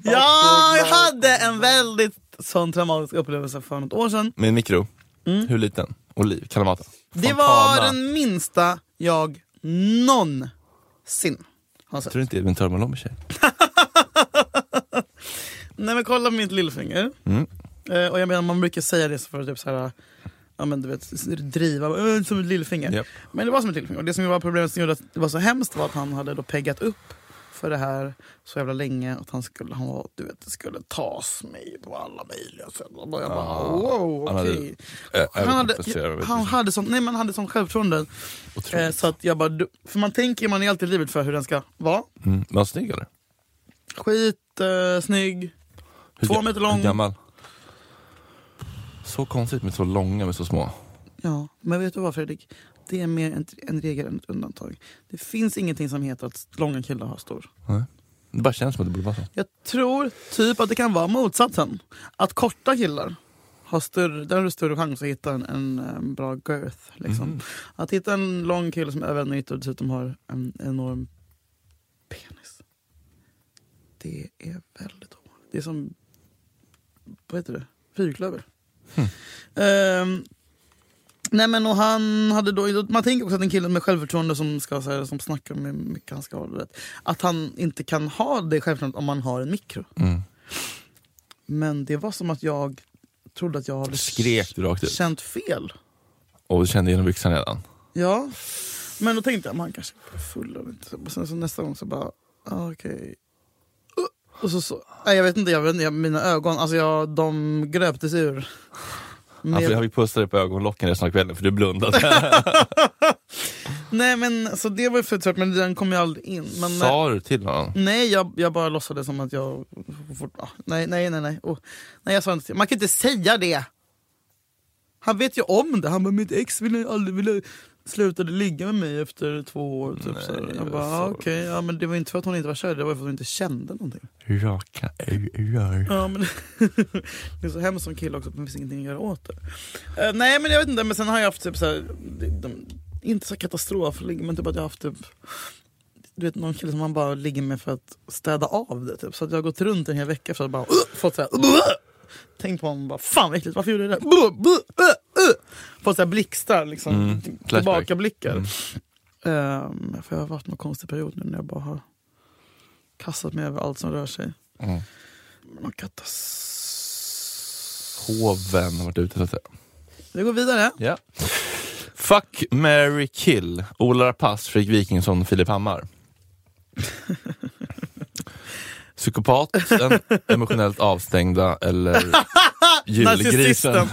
A: Ja, jag hade en väldigt sån traumatisk upplevelse för något år sedan.
B: Med en mikro.
A: Mm.
B: Hur liten? Oliv? Kalamata?
A: Det var den minsta jag någonsin har
B: Jag
A: sett.
B: tror inte det är en termolom i sig.
A: Nej men kolla mitt lillfinger.
B: Mm.
A: Eh, och jag menar man brukar säga det för att typ så här, ja men du vet, s- driva, "Äh, som ett lillfinger.
B: Japp.
A: Men det var som ett lillfinger. Och det som var problemet som gjorde att det var så hemskt var att han hade då peggat upp för det här så jävla länge. Att han skulle, han var, du vet, skulle tas mig på alla möjliga sätt. Och jag bara,
B: Ah,
A: wow,
B: han hade
A: okej.
B: Ö-
A: Han hade,
B: överkompenserar, vet
A: han
B: du.
A: hade sånt, nej men han hade sånt självförtroende.
B: Otroligt.
A: Eh, så att jag bara, du- för man tänker ju, man är alltid livet för hur den ska vara.
B: Mm. Var han snygg eller?
A: Skit, eh, snygg,
B: Hur
A: Två
B: ga-
A: meter lång.
B: Hur gammal? Så konstigt med så långa med så små.
A: Ja, men vet du vad Fredrik? Det är mer en, en regel än ett undantag. Det finns ingenting som heter att långa killar har stor.
B: Nej. Det bara känns som att det borde vara så.
A: Jag tror typ att det kan vara motsatsen. Att korta killar har större, där har du större chans att hitta en, en, eh, bra girth. Liksom. Att hitta en lång kille som är över en meter och dessutom har en enorm penis. Det är väldigt ovanligt. Det är som, vad heter det, fyrklöver. Ehm, Nej men och han hade då, man tänker också att en kille med självförtroende som, ska, så här, som snackar med mycket han ska ha, du vet, att han inte kan ha det självförtroendet om man har en mikro.
B: Mm.
A: Men det var som att jag trodde att jag hade
B: Skrek du rakt ut?
A: känt fel.
B: Och du kände genom byxan redan?
A: Ja. Men då tänkte jag, man kanske är full av inte. Och sen så nästa gång så bara, ah, okej. Uh, Och så, så, nej, jag vet inte, jag vet inte jag, mina ögon, alltså jag, de gröptes ur.
B: Ja,
A: Med,
B: för Alltså, jag fick pussa dig på ögonlocken resten av kvällen för du blundade.
A: Nej men alltså, det var ju fruktansvärt, men den kom ju aldrig in. Men, eh,
B: Sa du till honom?
A: Nej, jag, jag bara låtsades som att jag... Fort, ah, nej, nej, nej. Nej, oh, nej jag sa inte till. Man kan inte säga det! Han vet ju om det. Han bara, mitt ex ville aldrig ville slutade ligga med mig efter två år. Typ, så här. jag bara,
B: vad
A: ah,
B: sorgligt.
A: okej. Ja, men det var inte för att hon inte var kär, det var för att hon inte kände någonting.
B: Raka öar.
A: Ja, men det är så hemskt som kille också, att det finns ingenting att göra åt det. Eh, nej, men jag vet inte. Men sen har jag haft typ så här, de, de, inte så katastrofligg, men typ att jag har haft typ du vet någon kille som man bara ligger med för att städa av det. Typ. Så att jag har gått runt en hel vecka för att bara uh, fått såhär... Uh, tänkt på honom och bara fan vad äckligt, varför gjorde jag det där? Uh, uh, uh. Fått såhär blixtar, liksom,
B: Mm,
A: t-
B: flashback. Mm.
A: tillbakablickar. Ehm, för jag har varit någon konstig period nu när jag bara har kastat mig över allt som rör sig.
B: Mm.
A: Någon katastrof.
B: Hoven har varit ute efter.
A: Vi går vidare.
B: Ja. Fuck, Mary kill. Ola Rapace, Fredrik Wikingsson, Filip Hammar. Psykopaten, emotionellt avstängda eller julgrisen.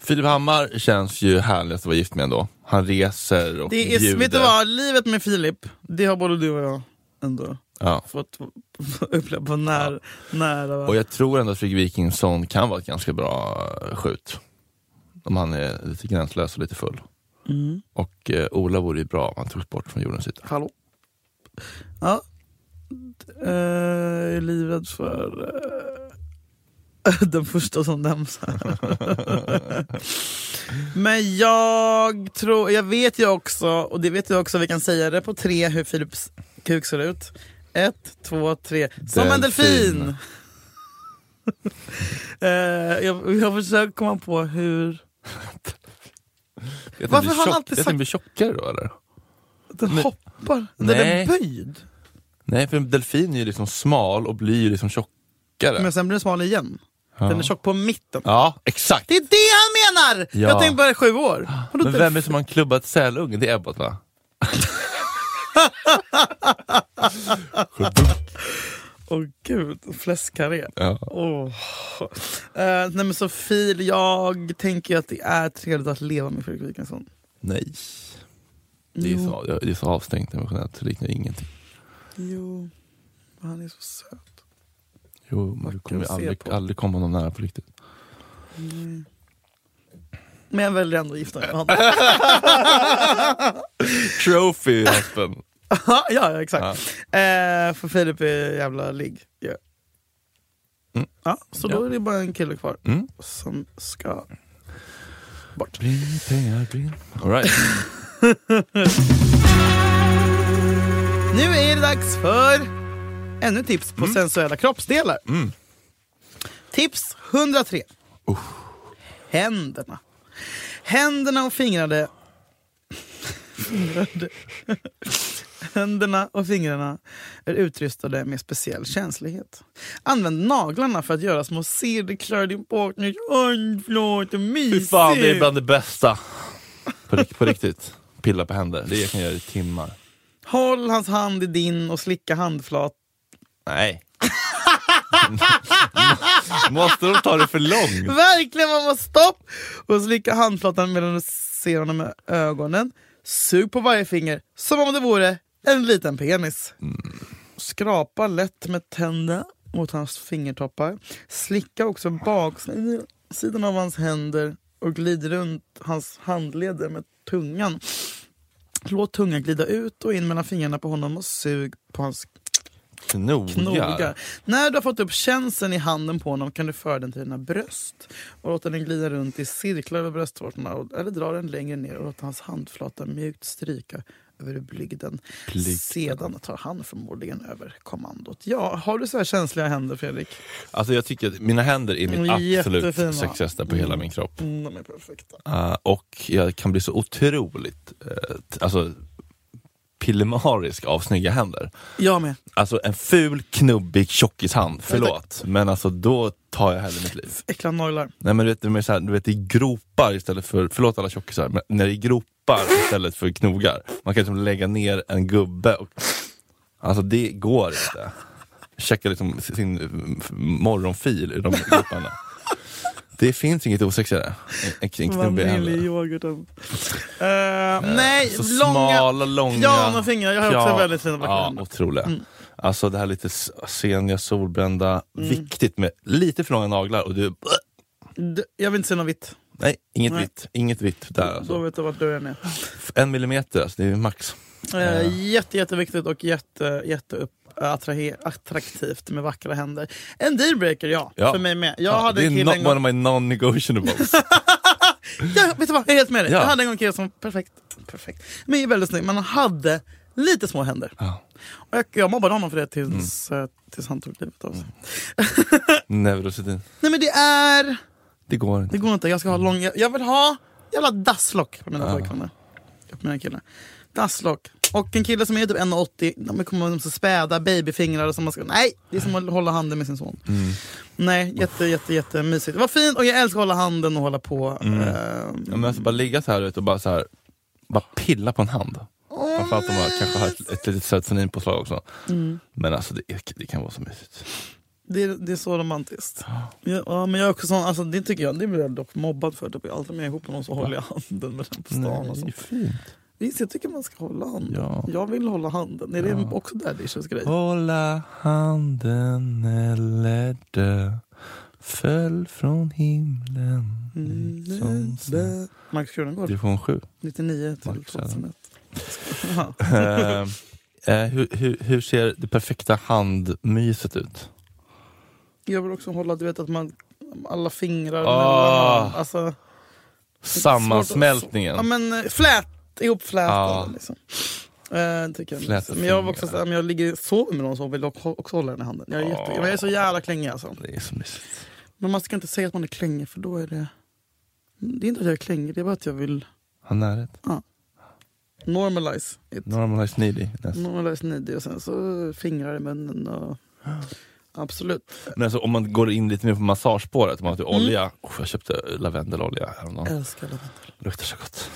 B: Filip Hammar känns ju härligast att vara gift med ändå. Han reser och
A: Det är,
B: bjuder.
A: vet du vad, livet med Filip, det har både du och jag ändå
B: Ja.
A: fått uppleva på när, nära. va?
B: Och jag tror ändå att Fredrik Wikingsson kan vara ett ganska bra eh, skjut. Om han är lite gränslös och lite full.
A: Mm.
B: Och eh, Ola vore ju bra om han togs bort från jordens yta.
A: Hallå? Ja. Eh, jag är livrädd för eh, den första som nämns här. Men jag tror, jag vet ju också, och det vet jag också, vi kan säga det på tre hur Philips kuk ser ut. Ett, två, tre. Som en
B: Delfin.
A: delfin! Eh, jag, jag försöker komma på hur...
B: Vet
A: Varför
B: ni blir
A: har han
B: tjock-
A: alltid
B: vet ni
A: sagt-
B: blir tjockare då eller?
A: Den
B: Men-
A: hoppar, den
B: Nej.
A: är böjd.
B: Nej, för en delfin är ju liksom smal och blir ju liksom tjockare.
A: Men sen blir den smal igen.
B: ja.
A: Den är tjock på mitten.
B: Ja, exakt.
A: Det är det han menar!
B: Ja.
A: Jag tänkte bara sju år. Vadå
B: Men
A: det?
B: vem är det som har en klubbat sälungen? Det är Ebbot va?
A: Åh gud, fläskkarré.
B: Ja.
A: Åh. Eh, nej men Sofie, jag tänker ju att det är trevligt att leva med Fredrik Wikingsson.
B: Nej. Det är, så, det är så avstängt emotionellt, det liknar ingenting.
A: Jo, men han är så söt.
B: Jo, men du
A: Vacker
B: kommer ju
A: att se
B: aldrig,
A: på.
B: aldrig komma honom nära på riktigt.
A: Men jag väljer ändå att gifta mig med honom.
B: Trophy husband.
A: ja, ja, exakt. Eh, för Filip är jävla ligg. Ja.
B: Mm.
A: Ja, så då
B: Ja.
A: är det bara en kille kvar
B: Mm.
A: som ska bort.
B: Bring pengar, bring... All right.
A: Nu är det dags för ännu tips
B: Mm.
A: på sensuella kroppsdelar. Tips 103. Händerna. Händerna och fingrade... fingrade. Händerna och fingrarna är utrustade med speciell känslighet. Använd naglarna för att göra små cirklar i din partners handflat och
B: Fy
A: mysigt.
B: fan, det är bland det bästa. På, rikt- på riktigt. Pilla på händer. Det kan jag göra i timmar.
A: Håll hans hand i din och slicka handflat
B: Nej. Måste de ta det för långt?
A: Verkligen mamma, stopp! Och slicka handflatan medan du ser honom med ögonen. Sug på varje finger som om det vore en liten penis. Skrapa lätt med tänderna mot hans fingertoppar. Slicka också baksidan av hans händer och glid runt hans handleder med tungan. Låt tungan glida ut och in mellan fingrarna på honom och sug på hans
B: Knogar.
A: knogar. När du har fått upp känseln i handen på honom kan du föra den till dina bröst och låta den glida runt i cirklar över bröstvårtorna och- eller dra den längre ner och låta hans handflata mjukt stryka över blygden.
B: Blygden.
A: Sedan tar han förmodligen över kommandot. Ja, har du så här känsliga händer Fredrik?
B: Alltså jag tycker att mina händer är mitt
A: Mm,
B: absolut
A: jättefina.
B: sexigaste på hela min kropp.
A: Mm, de är perfekta.
B: Eh, och jag kan bli så otroligt eh, t- alltså, pillemarisk av snygga händer.
A: Jag med.
B: Alltså en ful, knubbig tjockishand, förlåt. Men alltså då tar jag hellre mitt liv.
A: Äckla naglar.
B: Nej men du vet, det är mer så här, du vet det är gropar istället för, förlåt alla tjockisar, men när det är gropar istället för knogar. Man kan liksom lägga ner en gubbe och, alltså det går inte. Checka liksom sin eh, morgonfil ur de groparna. Det finns inget osexigare än en knubbig händer.
A: Vaniljyoghurten. Uh, nej,
B: Så
A: långa...
B: smala, långa...
A: Pianofingrar, fingrar. jag har också väldigt fina Mm. vackra
B: Ja,
A: händer.
B: otroliga. Alltså det här lite s- seniga, solbrända,
A: Mm.
B: viktigt med lite för långa naglar och du...
A: D- Jag vill inte se något vitt.
B: Nej, inget
A: Nej.
B: vitt. Inget vitt där
A: Då
B: alltså.
A: vet jag vart dörren är.
B: En millimeter, alltså, det är max.
A: Eh, jätte, jätteviktigt och jätte, jätte upp, attrahe, attraktivt med vackra händer. En dealbreaker, ja,
B: Ja.
A: För mig med. Jag
B: Ja,
A: hade
B: det är
A: en kille en
B: not one
A: gång...
B: of my non-negotiables.
A: Ja, vet du vad? Jag är helt med dig.
B: Ja.
A: Jag hade en gång en kille som perfekt, perfekt. Men är väldigt snygg. Men han hade lite små händer.
B: Ja. Mm.
A: Och jag, jag mobbade honom för det tills, eh, tills han tog livet av sig.
B: Neurosedyn.
A: Nej men det är...
B: Det går inte.
A: Det går inte. Jag ska ha lång... Jag vill ha jävla dasslock på mina pojkvänner. På mina killar. Dasslock. Och en kille som är typ 1,80, de kommer med så späda babyfingrar och som man ska... Nej! Det är som att hålla handen med sin son. Nej, jätte, jätte, jätte mysigt. Vad fint! Och jag älskar att hålla handen och hålla på. ehm,
B: Ja, men alltså, bara ligga så här ute och bara så här, bara pilla på en hand. Framförallt om man kanske har ett, ett litet serotoninpåslag också.
A: Mm.
B: Men alltså det, är, det kan vara så mysigt.
A: det, är- det är så romantiskt. Ja, ja, men jag är också sån, alltså, det tycker jag, det blir jag dock mobbad för. Typ. Alltid om jag är ihop med någon så håller jag handen med den på stan. och så.
B: fint.
A: Visst, jag tycker man ska hålla handen.
B: Ja.
A: Jag vill hålla handen. Är det också Daddy Issues grej?
B: Hålla handen eller dö Föll från himlen
A: Mm.
B: Mm. som snö.
A: Max Kronengård,
B: Division 7.
A: 99 till
B: Max
A: 2001.
B: eh, eh, hur, hur, hur ser det perfekta handmyset ut?
A: Jag vill också hålla, du vet att man, alla fingrar
B: Ah.
A: mellan, alltså,
B: Sammansmältningen.
A: Ja men eh, flät, ihopflätade
B: Ja.
A: liksom. Eh, tycker jag. är
B: Flätade
A: mysigt. Men jag, var också,
B: fingrar.
A: såhär, men jag ligger sover med någon så vill jag också också hålla den i handen. Jag är,
B: Ah.
A: jätte, jag är så jävla klängig alltså.
B: Det är så mysigt.
A: Men man ska inte säga att man är klängig för då är det... Det är inte att jag är klängig, det är bara att jag vill
B: Ha närhet.
A: normalize it.
B: Normalize needy. Yes.
A: Normalize needy och sen så fingrar i munnen och... Absolut.
B: Men alltså, om man går in lite mer på massagespåret, om man har
A: Mm.
B: olja. Oh, jag köpte lavendelolja häromdagen.
A: Älskar lavendel.
B: Luktar så gott.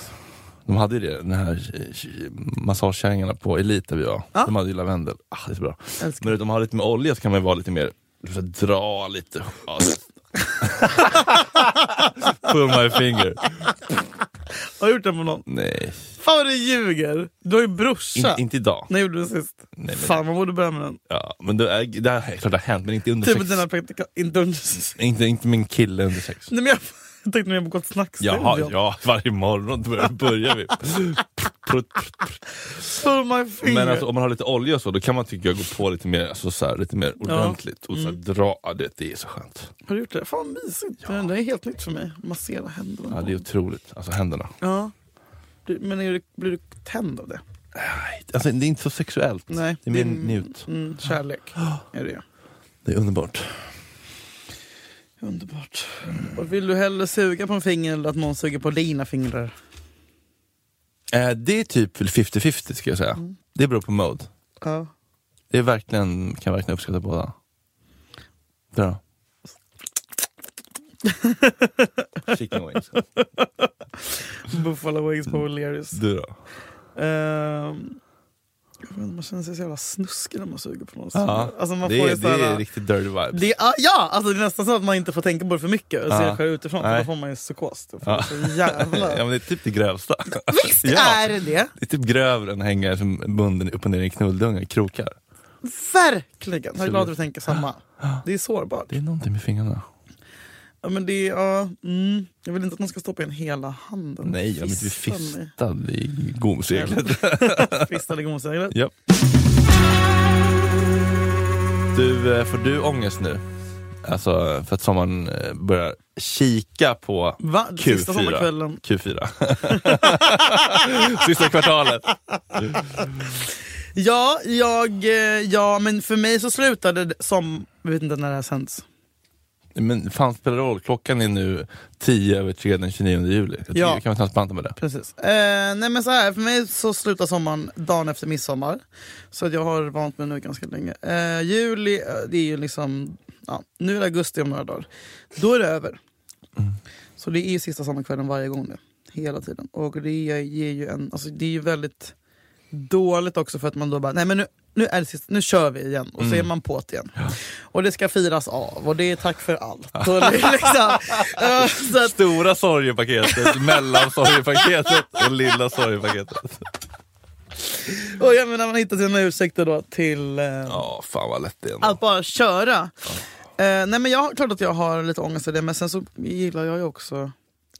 B: De hade ju det, den här eh, massagekärringarna på Elite där vi var. De hade ju lavendel. Ah, det är så bra.
A: Älskar.
B: Men om man har lite mer olja så kan man ju vara lite mer, så här, dra lite. Ja. Pull my finger.
A: Har du gjort det på någon?
B: Nej,
A: Fan vad du ljuger! Du har ju
B: in,
A: brorsa.
B: inte idag.
A: När gjorde du det sist?
B: men-
A: Fan man borde börja med den.
B: Ja, men det, är, det här är klart det har hänt, men inte under
A: Typ
B: sex.
A: dina praktika... Inte under sex.
B: Inte, inte min kille under sex.
A: Nej men jag jag tänkte mer på Gott snack
B: Jaha, ja, varje morgon börjar, börjar vi. Prut, prut, prut.
A: Pull my finger.
B: Men alltså, om man har lite olja och så, då kan man tycka jag gå på lite mer, alltså, så här, lite mer ordentligt. Och så här, dra, ja, det, det är så skönt.
A: Har du gjort det? Fan vad mysigt. Det är helt nytt för mig. Massera händerna.
B: Ja, det är otroligt, alltså händerna.
A: Ja. Du, men är du, blir du tänd av det?
B: Alltså, det är inte så sexuellt,
A: Nej,
B: det är mer
A: det är-
B: njut.
A: Mm, kärlek är det.
B: Det är underbart.
A: Underbart. Och vill du hellre suga på en finger eller att någon suger på dina fingrar?
B: Eh, det är typ 50-50 ska jag säga. Det beror på mode.
A: Ja.
B: Det är verkligen, kan verkligen uppskatta båda. Bra. Chicken wings.
A: Buffalo wings på O'Learys.
B: Mm. Du då?
A: Ehm, jag vet inte, man känner sig så jävla snuskig när man suger på någons
B: Ja,
A: alltså man
B: det,
A: får
B: är,
A: ju
B: det
A: så här,
B: är riktigt dirty vibes.
A: det är, ah, Ja, alltså det är nästan så att man inte får tänka på det för mycket och
B: Ja.
A: se själv utifrån. för
B: Nej.
A: Då får man ju psykos. Då får man så jävla...
B: ja, men det är typ det grövsta.
A: Visst
B: ja,
A: är det det!
B: det är typ grövre än att hänga som bunden upp och ner i en knulldunge i krokar.
A: Verkligen! Jag är glad att du tänker samma. Det är sårbart.
B: Det är någonting med fingrarna.
A: Ja, men det är, ja, mm, jag vill inte att någon ska stoppa in hela handen.
B: Nej, jag blir inte
A: Fista mig.
B: fistad i gomseglet.
A: Fistade gomseglet.
B: Ja. Du, eh, får du ångest nu? Alltså för att sommaren eh, börjar kika på
A: Va?
B: Q4.
A: Sista sommarkvällen.
B: Q4. Sista kvartalet.
A: Ja, jag, eh, ja, men för mig så slutade det som... Jag vet inte när det här sänds.
B: Men fan spelar det roll? Klockan är nu 10 över 3 den 29 juli. Jag tycker
A: Ja.
B: vi kan vara transparenta med det.
A: Precis. Eh, nej men så här, för mig så slutar sommaren dagen efter midsommar. Så att jag har vant mig nu ganska länge. Eh, juli, eh, det är ju liksom... Ja, nu är det augusti om några dagar. Då är det över. Så det är ju sista sommarkvällen varje gång nu. Hela tiden. Och det ger ju en... Alltså det är ju väldigt dåligt också för att man då bara, nej men nu, nu är det sist, nu kör vi igen. Och så är man på det igen. Och det ska firas av och det är tack för allt. Och det är liksom, eh, så att,
B: Stora sorgepaketet, mellansorgepaketet och lilla sorgepaketet.
A: och jag menar man hittar sina ursäkter då till... eh,
B: Ja, fan vad lätt det är. ändå.
A: Att bara köra. Eh, nej men jag, klart att jag har lite ångest i det, men sen så gillar jag ju också...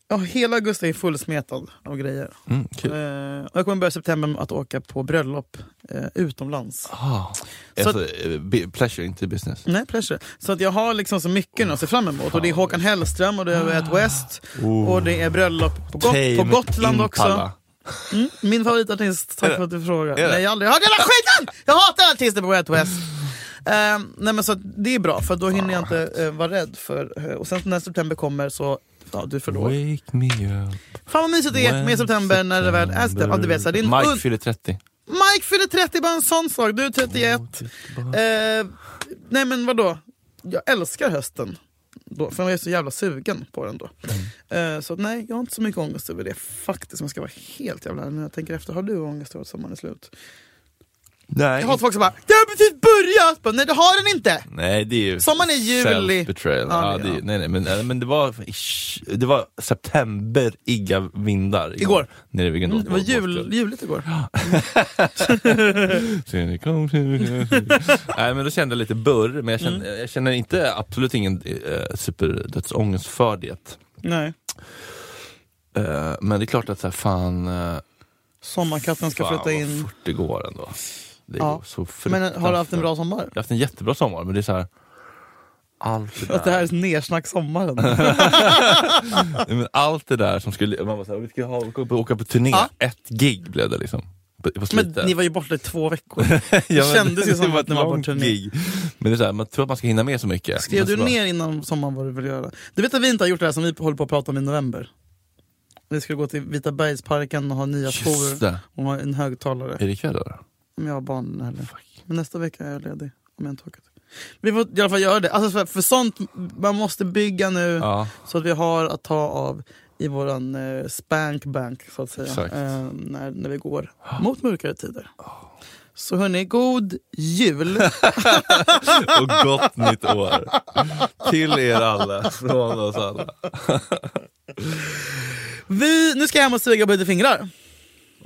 A: Ja, hela augusti är fullsmetad av grejer.
B: Mm, kul.
A: Eh, och jag kommer börja september med att åka på bröllop eh, utomlands.
B: Ah.
A: Så-
B: Alltså, eh, bi- pleasure, inte business.
A: Nej, pleasure. Så att jag har liksom så mycket nu att se fram emot.
B: Ah.
A: Och det är Håkan Hellström och det är At West. Och det är bröllop på, Got på
B: Tame
A: Gotland också.
B: Impala.
A: Mm, min favoritartist, tack
B: Är det-
A: för att du frågar.
B: det?
A: Nej, jag har aldrig hört den här skiten! Jag hatar artister på Wet West. Ehm, nej men så att det är bra för då hinner jag inte eh, vara rädd för... eh, och sen när september kommer så... Ja, du förlorar.
B: Wake me up.
A: Fan vad mysigt det är med september när det väl är september. Ja, du vet, så här, det är en
B: Mike
A: un-
B: fyller 30.
A: Mike fyller 30, bara en sån sak. Du är 31. Eh, nej men vadå? Jag älskar hösten. Då, för jag är så jävla sugen på den då.
B: Mm.
A: Eh, så att nej, jag har inte så mycket ångest över det faktiskt. Om jag ska vara helt jävla ärlig när jag tänker efter. Har du ångest över att sommaren är slut?
B: Nej.
A: Jag hatar folk som bara “Det har precis börjat!” bara, Nej det har den inte!
B: Nej det är ju
A: Sommaren är juli.
B: self-betrayal.
A: Ja,
B: Ja,
A: det-
B: det,
A: ja.
B: är- nej, nej, men, nej, men det var, ish, det var september-igga vindar igår.
A: Igår. Mm,
B: Nere vid
A: Det var jul, juligt igår.
B: Nej men då kände jag lite burr, men jag känner,
A: Mm.
B: jag känner inte, absolut ingen eh, superdödsångest för det.
A: Nej.
B: Eh, men det är klart att så här, fan, eh,
A: Sommarkatten ska
B: fan
A: flytta in.
B: vad fort det går ändå. Det
A: Ja.
B: går så
A: Men har du haft en
B: fruktansvärt.
A: bra sommar?
B: Jag har haft en jättebra sommar, men det är så här. Allt det
A: Att det
B: där.
A: här är nersnack sommaren.
B: Nej, men allt det där som skulle, man var såhär, vi ska ha, åka, på, åka på turné,
A: Ja.
B: ett gig blev det liksom. På, på
A: Men
B: slutet.
A: ni var ju borta i två veckor.
B: Ja, men
A: kändes ju som
B: var
A: att
B: ett
A: ni var på
B: långt
A: turné.
B: gig. Men det är såhär, man tror att man ska hinna med så mycket.
A: Skrev
B: Men
A: du
B: så bara-
A: ner innan sommaren vad du vill göra? Du vet att vi inte har gjort det här som vi håller på att prata om i november? Vi skulle gå till Vita bergsparken och ha nya
B: Just
A: skor
B: det.
A: och ha en högtalare.
B: Är det ikväll då?
A: Om jag har barn eller Men nästa vecka är jag ledig. Om jag inte åker. Vi får i alla fall göra det. Alltså för, för sånt, man måste bygga nu
B: Ja.
A: så att vi har att ta av i våran eh, spankbank så att säga.
B: Exakt.
A: Eh, när, när vi går mot mörkare tider. Så hörni, god jul!
B: Och gott nytt år! Till er alla, från oss alla.
A: vi, nu ska jag hem och suga på lite fingrar.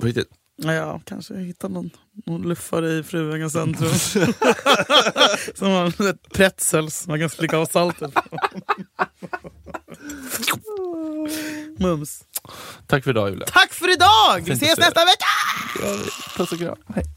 B: På riktigt.
A: Ja, jag kanske hittar någon, någon luffare i Fruängen centrum. som har ett pretzels som man kan slicka av saltet på. Mums.
B: Tack för idag Julia.
A: Tack för idag! Vi
B: Fint att
A: ses
B: se
A: nästa vecka!
B: Puss och kram. Hej.